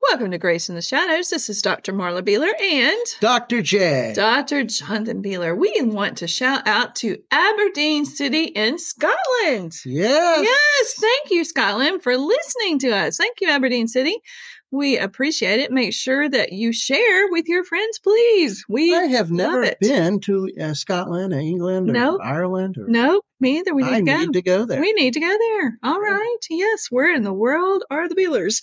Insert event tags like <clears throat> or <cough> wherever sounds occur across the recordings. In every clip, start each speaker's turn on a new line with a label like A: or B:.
A: Welcome to Grace in the Shadows. This is Dr. Marla Beeler and
B: Dr. J.
A: Dr. Jonathan Beeler. We want to shout out to Aberdeen City in Scotland.
B: yes.
A: Yes, thank you, Scotland, for listening to us. Thank you, Aberdeen City. We appreciate it. Make sure that you share with your friends, please. We
B: I have never
A: it.
B: been to uh, Scotland or England or
A: No.
B: Ireland. Or,
A: no, me either. We need
B: I
A: to go.
B: need to go there.
A: We need to go there. All
B: Yeah.
A: right. Yes, we're in the world are the Beelers.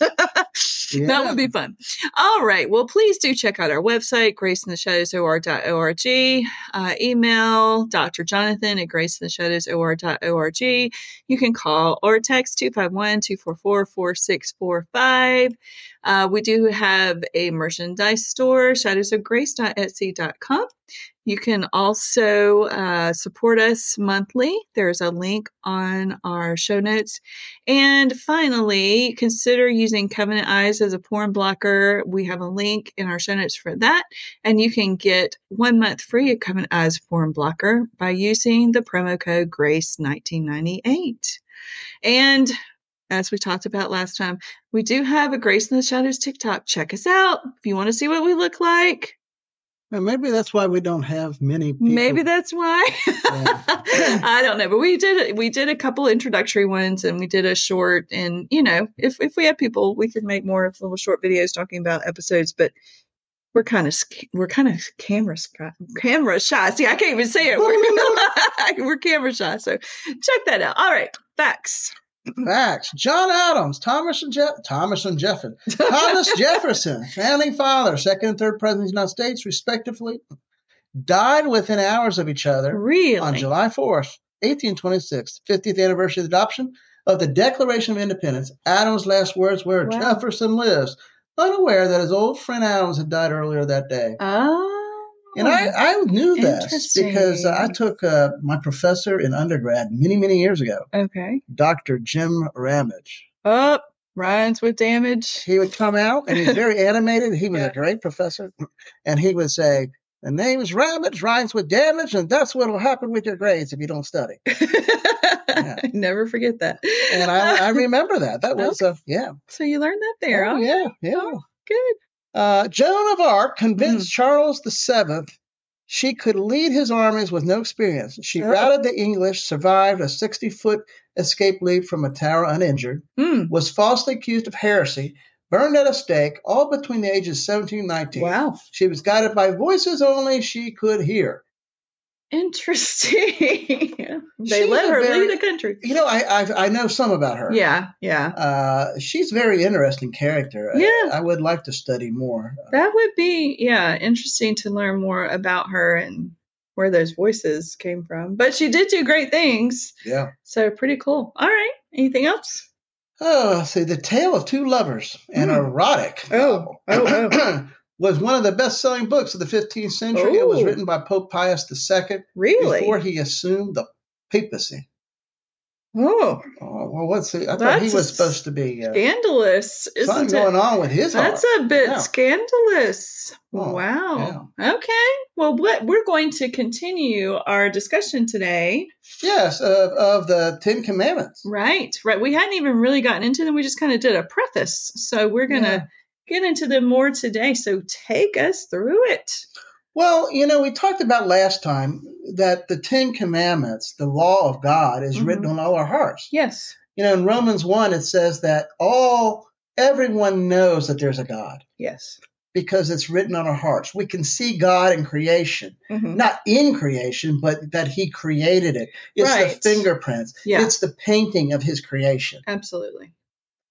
A: <laughs> That
B: Yeah.
A: would be fun. All right. Well, please do check out our website, graceintheshadows.org. Uh, email Dr. Jonathan at graceintheshadows.org. You can call or text 251 244 4645. Uh, We do have a merchandise store, shadowsofgrace.etsy.com. You can also uh, support us monthly. There's a link on our show notes. And finally, consider using Covenant Eyes as a porn blocker. We have a link in our show notes for that. And you can get one month free of Covenant Eyes porn blocker by using the promo code GRACE1998. And as we talked about last time, we do have a Grace in the Shadows TikTok. Check us out if you want to see what we look like.
B: Well, maybe that's why we don't have many people.
A: Maybe that's why. <laughs>
B: Yeah. <laughs>
A: I don't know, but we did we did a couple introductory ones, and we did a short. And you know, if if we had people, we could make more of little short videos talking about episodes. But we're kind of sc- we're kind of camera sc- camera shy. See, I can't even say it.
B: <laughs>
A: We're, <laughs> we're camera shy, so check that out. All right, facts.
B: Facts. John Adams, Thomas and Jeff, Thomas and Jefferson,
A: <laughs>
B: Thomas Jefferson, founding father, second and third presidents of the United States, respectively, died within hours of each other
A: really?
B: on July 4th, 1826, 50th anniversary of the adoption of the Declaration of Independence. Adams' last words were,
A: Wow.
B: Jefferson lives, unaware that his old friend Adams had died earlier that day.
A: oh,
B: And I, I knew this
A: Interesting.
B: because I took uh, my professor in undergrad many, many years ago,
A: okay.
B: Dr. Jim Ramage.
A: Up rhymes with damage.
B: He would come out and he's
A: <laughs>
B: very animated. He was
A: Yeah.
B: a great professor. And he would say, The name's Ramage rhymes with damage, and that's what'll happen with your grades if you don't study.
A: I <laughs> never forget that. <laughs>
B: And I, I remember that. That was, uh, yeah.
A: So you learned that there.
B: Oh,
A: Oh, Mm.
B: yeah, yeah.
A: good.
B: Uh, Joan of Arc convinced Charles the Seventh she could lead his armies with no experience. She
A: Oh.
B: routed the English, survived a 60 foot escape leap from a tower uninjured,
A: Mm.
B: was falsely accused of heresy, burned at a stake, all between the ages 17 and 19.
A: Wow.
B: She was guided by voices only she could hear.
A: Interesting. <laughs> they
B: She's
A: let
B: a
A: her
B: very-
A: lead a country.
B: You know, I I, I know some about her.
A: Yeah, yeah.
B: Uh, she's a very interesting character. I-
A: Yeah.
B: I, would like to study more. Uh,
A: That would be, yeah, interesting to learn more about her and where those voices came from. But she did do great things.
B: Yeah.
A: So pretty cool. All right. Anything else?
B: Oh, let's see, the tale of two lovers, an
A: Hmm.
B: erotic
A: Oh, oh,
B: <clears throat> was one of the best-selling books of the 15th century. It was
A: Ooh.
B: written by Pope Pius II
A: Really?
B: before he assumed the papacy.
A: oh,
B: Oh, well, what's the, I thought
A: That's
B: he
A: a
B: was supposed to be uh,
A: scandalous.
B: something
A: Isn't it?
B: going on with his heart.
A: That's a bit
B: Yeah.
A: scandalous.
B: Oh,
A: wow. Okay. Well, what we're going to continue our discussion today.
B: yes, of, of the Ten Commandments.
A: Right. Right. We hadn't even really gotten into them. We just kind of did a preface. So we're going to get into them more today. So take us through it.
B: Well, you know, we talked about last time that the Ten Commandments, the law of God, is
A: Mhm.
B: written on all our hearts.
A: Yes.
B: You know, in Romans 1, it says that all, everyone knows that there's a God
A: Yes.
B: because it's written on our hearts. We can see God in creation,
A: Mhm.
B: not in creation, but that He created it. It's
A: Right.
B: the fingerprints,
A: Yeah.
B: it's the painting of His creation.
A: Absolutely.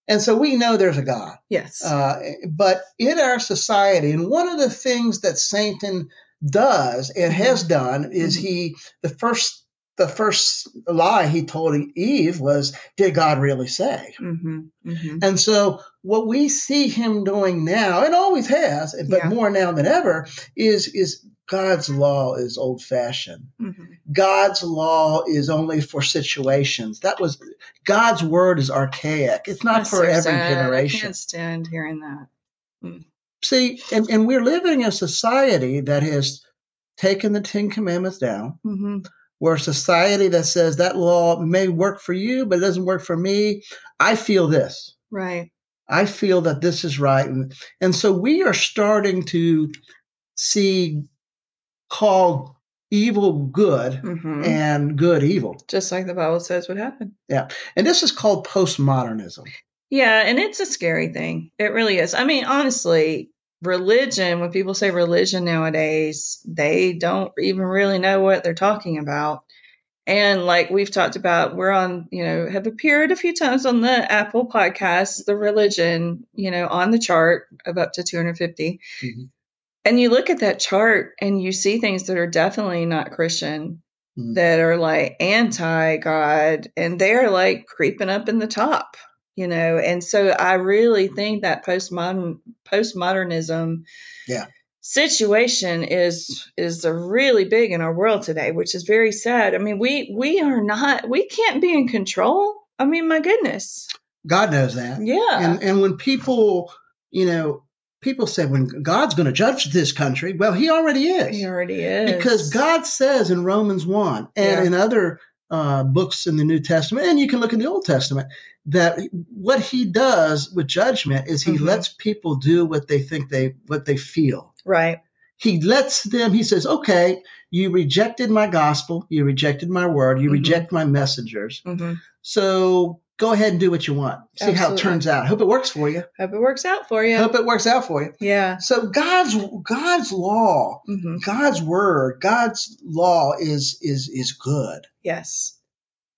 B: And so we know there's a God.
A: Yes.
B: Uh, but in our society, and one of the things that Satan does and has done is
A: Mhm.
B: he the first the first lie he told Eve was, "Did God really say?"
A: hmm hmm
B: And so what we see him doing now, and always has, but
A: Yeah.
B: more now than ever, is is God's law is old fashioned.
A: hmm
B: God's law is only for situations. That was God's word is archaic. It's not for every
A: I
B: generation.
A: can't stand hearing that.
B: See, and, and we're living in a society that has taken the Ten Commandments down.
A: hmm
B: We're a society that says that law may work for you, but it doesn't work for me. I feel this.
A: Right.
B: I feel that this is right. And, and so we are starting to see called evil good
A: Mhm.
B: and good evil.
A: Just like the Bible says would happen.
B: And this is called postmodernism.
A: Yeah, and it's a scary thing. It really is. I mean, honestly, religion, when people say religion nowadays, they don't even really know what they're talking about. And like we've talked about, we're on, you know, have appeared a few times on the Apple podcast, the religion, you know, on the chart of up to 250.
B: Mhm.
A: And you look at that chart and you see things that are definitely not Christian,
B: Mhm.
A: that are like anti God, and they're like creeping up in the top, you know. And so I really think that postmodern postmodernism
B: Yeah.
A: situation is is a really big in our world today, which is very sad. I mean, we we are not we can't be in control. I mean, my goodness.
B: God knows that.
A: Yeah.
B: And and when people, you know, people say when God's going to judge this country, well, he already is.
A: He already is.
B: Because God says in Romans 1 and
A: Yeah.
B: in other uh, books in the New Testament, and you can look in the Old Testament, that what he does with judgment is he
A: Mhm.
B: lets people do what they think they what they feel.
A: Right.
B: He lets them, he says, okay, you rejected my gospel, you rejected my word, you
A: Mhm.
B: reject my messengers.
A: Mhm.
B: So go ahead and do what you want. See how
A: Absolutely.
B: it turns out. Hope it works for you.
A: Hope it works out for you.
B: Hope it works out for you.
A: yeah.
B: So God's God's law,
A: hmm
B: God's word, God's law is is is good.
A: Yes.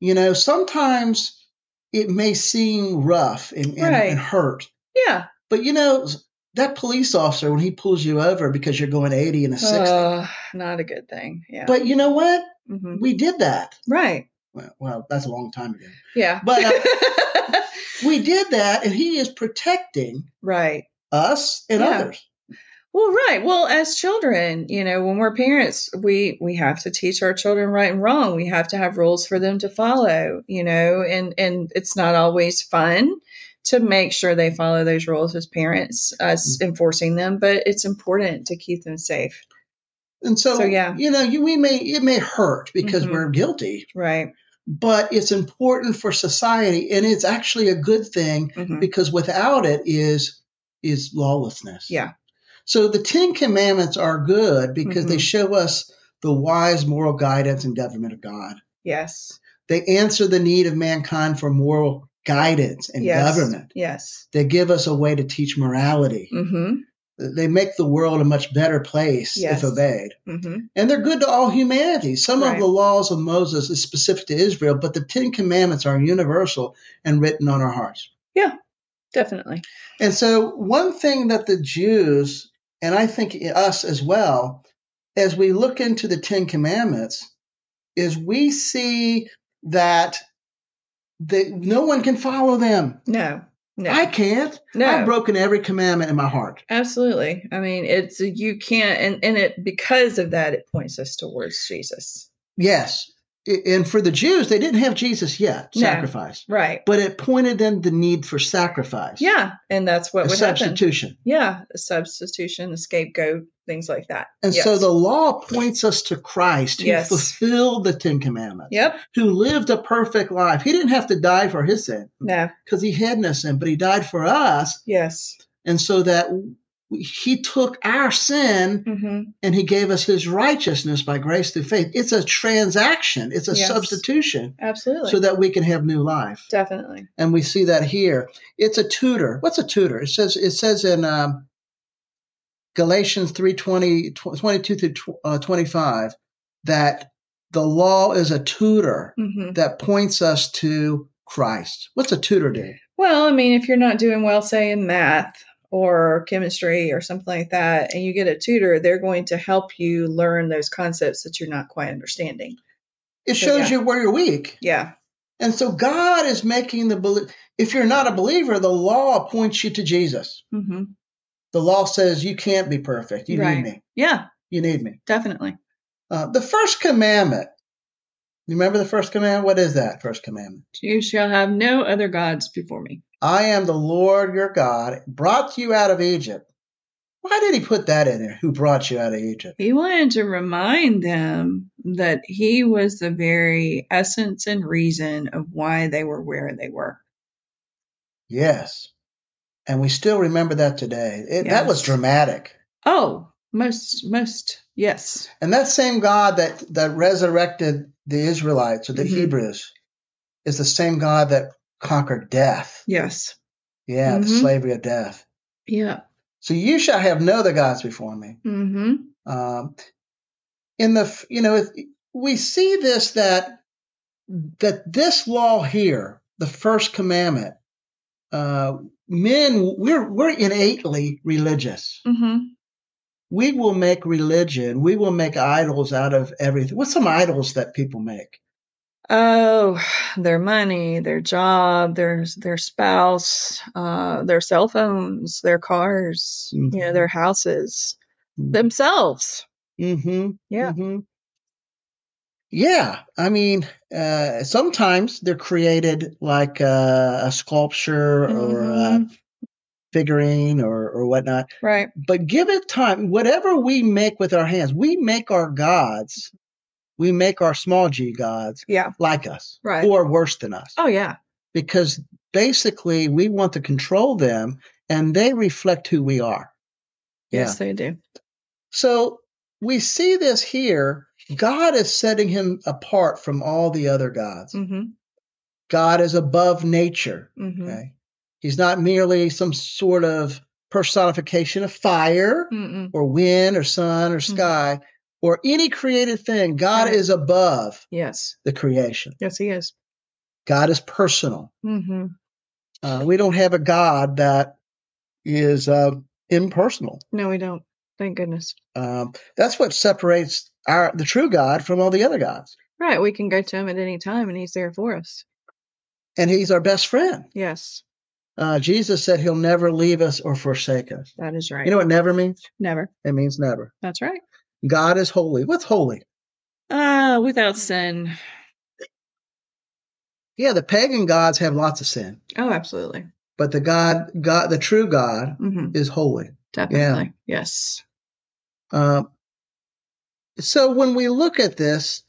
B: You know, sometimes it may seem rough and, and,
A: Right.
B: and hurt,
A: Yeah.
B: but you know that police officer when he pulls you over because you're going 80 and a 60.
A: Uh, not a good thing. Yeah.
B: but you know what?
A: hmm
B: We did that.
A: Right.
B: Well, well, that's a long time ago.
A: Yeah.
B: But, uh, We did that, and he is protecting
A: <laughs> right.
B: us and
A: Yeah.
B: others.
A: Well, right. Well, as children, you know, when we're parents, we we have to teach our children right and wrong. We have to have rules for them to follow, you know, and and it's not always fun to make sure they follow those rules as parents, us
B: Mm-hmm.
A: enforcing them, but it's important to keep them safe.
B: And so,
A: So, yeah.
B: you know, you, we may it may hurt because
A: Mhm.
B: we're guilty,
A: Right.
B: but it's important for society, and it's actually a good thing
A: hmm
B: because without it is is lawlessness.
A: Yeah.
B: So the Ten Commandments are good because they
A: Mhm.
B: show us the wise moral guidance and government of God.
A: Yes.
B: They answer the need of mankind for moral guidance and
A: yes.
B: government.
A: Yes.
B: They give us a way to teach morality.
A: Mhm.
B: They make the world a much better place
A: Yes.
B: if obeyed.
A: Mhm.
B: and they're good to all humanity. Some
A: Right.
B: of the laws of Moses is specific to Israel, but the Ten Commandments are universal and written on our hearts.
A: Definitely.
B: And so, one thing that the Jews, and I think us as well, as we look into the Ten Commandments, is we see that they, no one can follow them.
A: No. No.
B: I can't.
A: no.
B: I've broken every commandment in my heart.
A: Absolutely. I mean, it's you can't, and and it because of that, it points us towards Jesus.
B: Yes. I- And for the Jews, they didn't have Jesus yet,
A: No.
B: sacrifice.
A: Right.
B: But it pointed them the need for sacrifice.
A: Yeah, and that's what
B: a
A: would happen.
B: substitution.
A: Yeah, a substitution, a scapegoat, things like that.
B: And
A: Yes.
B: so the law points us to Christ who
A: Yes.
B: fulfilled the Ten Commandments,
A: Yep.
B: who lived a perfect life. He didn't have to die for his sin
A: No.
B: because he had no sin, but he died for us.
A: Yes.
B: And so that he took our sin
A: hmm
B: and he gave us his righteousness by grace through faith. It's a transaction, it's a
A: Yes.
B: substitution
A: Absolutely.
B: so that we can have new life.
A: Definitely.
B: And we see that here. It's a tutor. What's a tutor? It says it says in um, Galatians 3 22 through tw- uh, 25 that the law is a tutor
A: hmm
B: that points us to Christ. What's a tutor do?
A: Well, I mean, if you're not doing well, say in math or chemistry or something like that, and you get a tutor, they're going to help you learn those concepts that you're not quite understanding.
B: It
A: So,
B: shows
A: yeah.
B: you where you're weak.
A: Yeah.
B: And so God is making the belief. If you're not a believer, the law points you to Jesus.
A: hmm
B: The law says you can't be perfect. You
A: Right.
B: need me.
A: Yeah.
B: You need me.
A: Definitely.
B: Uh, the first commandment. You remember the first commandment? What is that first commandment?
A: You shall have no other gods before me.
B: I am the Lord your God, brought you out of Egypt. Why did he put that in there? Who brought you out of Egypt?
A: He wanted to remind them that he was the very essence and reason of why they were where they were.
B: Yes. And we still remember that today. It, That
A: Yes.
B: was dramatic.
A: Oh, most, most, yes.
B: And that same God that, that resurrected the Israelites or the
A: Mhm.
B: Hebrews is the same God that conquered death.
A: Yes.
B: Yeah, the
A: Mhm.
B: slavery of death.
A: Yeah.
B: So you shall have no other gods before me.
A: Mm-hmm.
B: Um, in the f- you know if, we see this that that this law here, the first commandment, uh, men we're we're innately religious.
A: Mm-hmm.
B: We will make religion. We will make idols out of everything. What's some idols that people make?
A: Oh, their money, their job, their their spouse, uh, their cell phones, their cars, you know, their houses, themselves.
B: Mm-hmm.
A: Yeah.
B: hmm Yeah, I mean, uh, sometimes they're created like uh, a sculpture or a
A: Mhm.
B: figurine or, or whatnot.
A: Right.
B: But give it time. Whatever we make with our hands, we make our gods, we make our small g gods
A: Yeah.
B: like us
A: Right.
B: or worse than us
A: Oh yeah.
B: because basically we want to control them and they reflect who we are.
A: Yes, they do.
B: So we see this here. God is setting him apart from all the other gods.
A: Mm-hmm.
B: God is above nature.
A: Mm-hmm.
B: Okay. He's not merely some sort of personification of fire
A: Mm-mm.
B: or wind or sun or sky or any created thing. God
A: Right.
B: is above
A: Yes.
B: the creation.
A: Yes, he is.
B: God is personal.
A: Mm-hmm.
B: Uh, we don't have a God that is uh, impersonal.
A: No, we don't. Thank goodness.
B: Um, that's what separates our the true God from all the other gods.
A: Right. We can go to him at any time, and he's there for us.
B: And He's our best friend.
A: Yes,
B: Uh, Jesus said He'll never leave us or forsake us.
A: that is right.
B: You know what never means?
A: Never.
B: It means never.
A: That's right.
B: God is holy. What's holy?
A: Ah, without sin.
B: Yeah, the pagan gods have lots of sin,
A: Oh, absolutely.
B: but the God, God, the true God
A: Mm-hmm.
B: is holy.
A: Definitely. Yes.
B: Um, so when we look at this,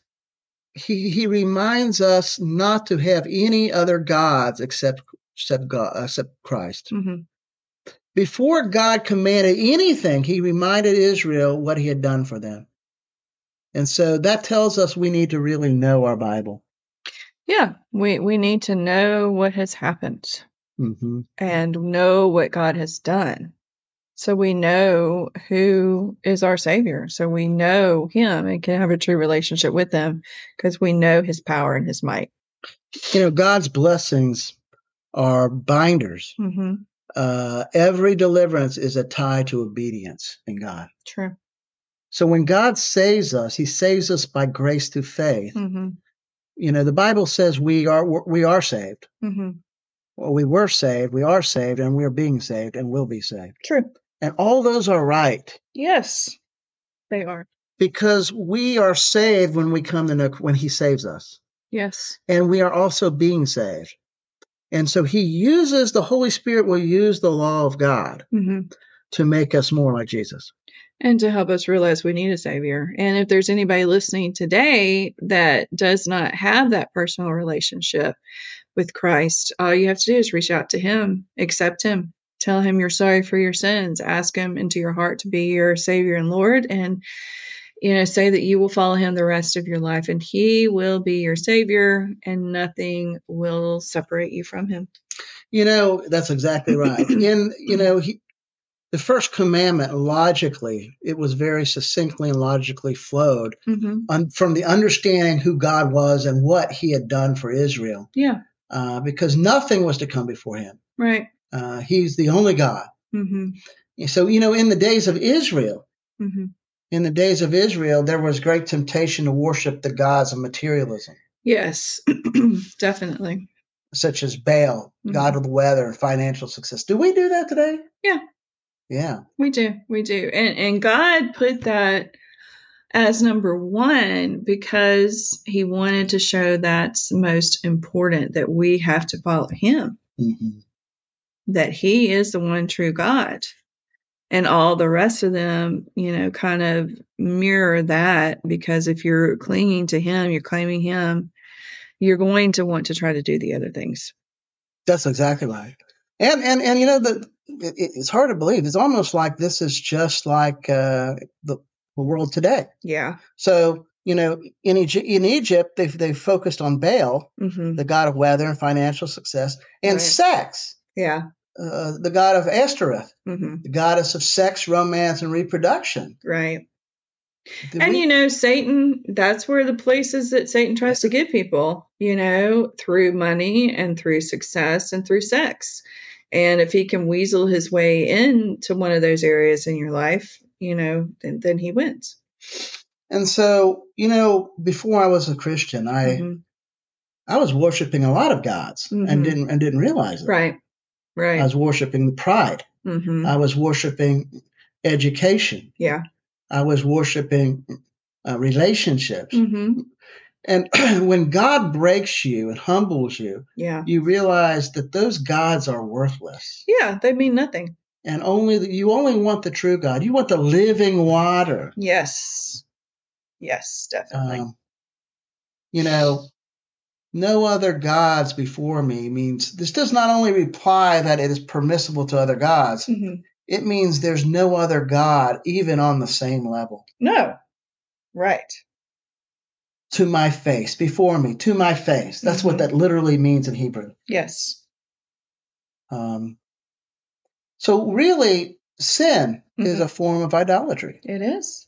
B: he he reminds us not to have any other gods except except God, except Christ.
A: Mm-hmm.
B: Before God commanded anything, he reminded Israel what he had done for them. And so that tells us we need to really know our Bible.
A: Yeah. We we need to know what has happened
B: hmm
A: and know what God has done. So we know who is our savior. So we know him and can have a true relationship with him because we know his power and his might.
B: You know, God's blessings are binders.
A: Mm-hmm.
B: uh, every deliverance is a tie to obedience in God.
A: True.
B: So when God saves us, He saves us by grace through faith.
A: Mm-hmm.
B: You know, the Bible says we are we are saved,
A: Mm-hmm.
B: or we were saved, we are saved, and we are being saved, and will be saved.
A: True.
B: And all those are right
A: Yes. They are.
B: because we are saved when we come to know when He saves us,
A: Yes.
B: and we are also being saved. And so He uses the Holy Spirit will use the law of God
A: Mm-hmm.
B: to make us more like Jesus.
A: and to help us realize we need a savior. And if there's anybody listening today that does not have that personal relationship with Christ, all you have to do is reach out to him, accept him, tell him you're sorry for your sins, ask him into your heart to be your savior and Lord and you know say that you will follow him the rest of your life and he will be your savior and nothing will separate you from him.
B: You know, that's exactly right. In you know, he, the first commandment logically, it was very succinctly and logically flowed
A: hmm
B: on, from the understanding who God was and what He had done for Israel,
A: Yeah,
B: uh, because nothing was to come before Him.
A: right.
B: Uh, he's the only God.
A: Mhm.
B: So you know, in the days of Israel,
A: Mhm.
B: in the days of Israel, there was great temptation to worship the gods of materialism,
A: Yes. <clears throat> Definitely.
B: such as Baal,
A: Mm-hmm.
B: god of the weather, and financial success. Do we do that today?
A: Yeah.
B: Yeah.
A: We do, we do. And and God put that as number 1 because he wanted to show that's most important that we have to follow him,
B: hmm
A: that he is the one true God. And all the rest of them, you know, kind of mirror that because if you're clinging to him, you're claiming him, you're going to want to try to do the other things.
B: That's exactly right. And and and you know the it, it's hard to believe. It's almost like this is just like uh, the, the world today.
A: Yeah.
B: So you know in Egypt, in Egypt they they focused on Baal,
A: hmm
B: the god of weather and financial success, and
A: Right.
B: sex,
A: Yeah.
B: uh, the god of Ashtoreth,
A: hmm
B: the goddess of sex, romance, and reproduction.
A: Right.
B: Did
A: and
B: we-
A: you know satan that's where the places that satan tries to get people you know through money and through success and through sex and if he can weasel his way into one of those areas in your life you know then, then he wins
B: and so you know before I was a Christian, I
A: Mhm.
B: I was worshiping a lot of gods
A: Mhm.
B: and didn't and didn't realize it.
A: right
B: I
A: right
B: was worshiping pride.
A: hmm
B: I was worshiping education.
A: yeah
B: I was worshiping uh, relationships.
A: hmm
B: And <clears throat> when God breaks you and humbles you,
A: yeah
B: you realize that those gods are worthless.
A: yeah they mean nothing
B: And only you only want the true God. You want the living water.
A: yes yes definitely
B: Um, you know, no other gods before me means this does not only reply that it is permissible to other gods,
A: hmm
B: it means there's no other God even on the same level.
A: no right
B: to my face, before me, to my face. That's
A: Mhm.
B: what that literally means in Hebrew.
A: yes
B: Um, so, really, sin is a form of idolatry
A: it is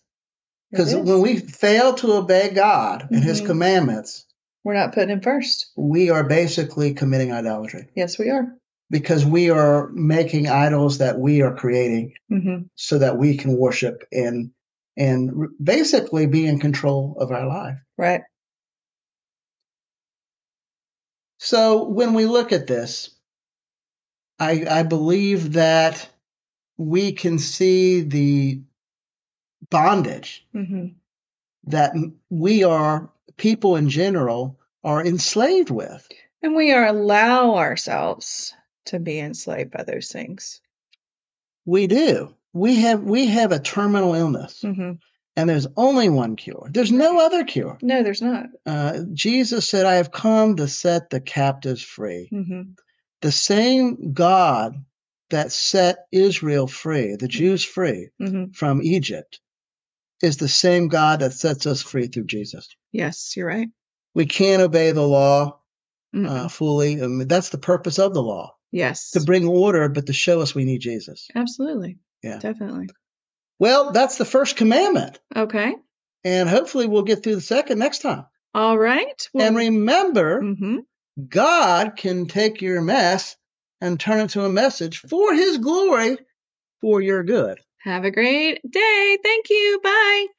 A: Mm-hmm. It
B: because
A: is.
B: when we fail to obey God and His
A: Mhm.
B: commandments,
A: we're not putting him first
B: we are basically committing idolatry
A: yes we are
B: because we are making idols that we are creating
A: hmm
B: so that we can worship and and r- basically be in control of our life.
A: Right.
B: So when we look at this, I, I believe that we can see the bondage
A: hmm
B: that m- we are people in general are enslaved with
A: And we are allow ourselves to be enslaved by those things.
B: we do we have we have a terminal illness
A: hmm
B: and there's only one cure there's no other cure
A: No, there's not.
B: uh, jesus said i have come to set the captives free
A: hmm
B: the same god that set israel free the jews free
A: hmm
B: from egypt is the same god that sets us free through jesus
A: Yes, you're right.
B: we can't obey the law
A: Mm-mm.
B: uh, fully. I mean, that's the purpose of the law
A: yes,
B: to bring order, but to show us we need Jesus.
A: absolutely.
B: Yeah.
A: Definitely.
B: Well, that's the first commandment.
A: Okay.
B: And hopefully we'll get through the second next time.
A: All right.
B: And remember,
A: hmm
B: God can take your mess and turn it to a message for his glory, for your good.
A: Have a great day. Thank you. Bye.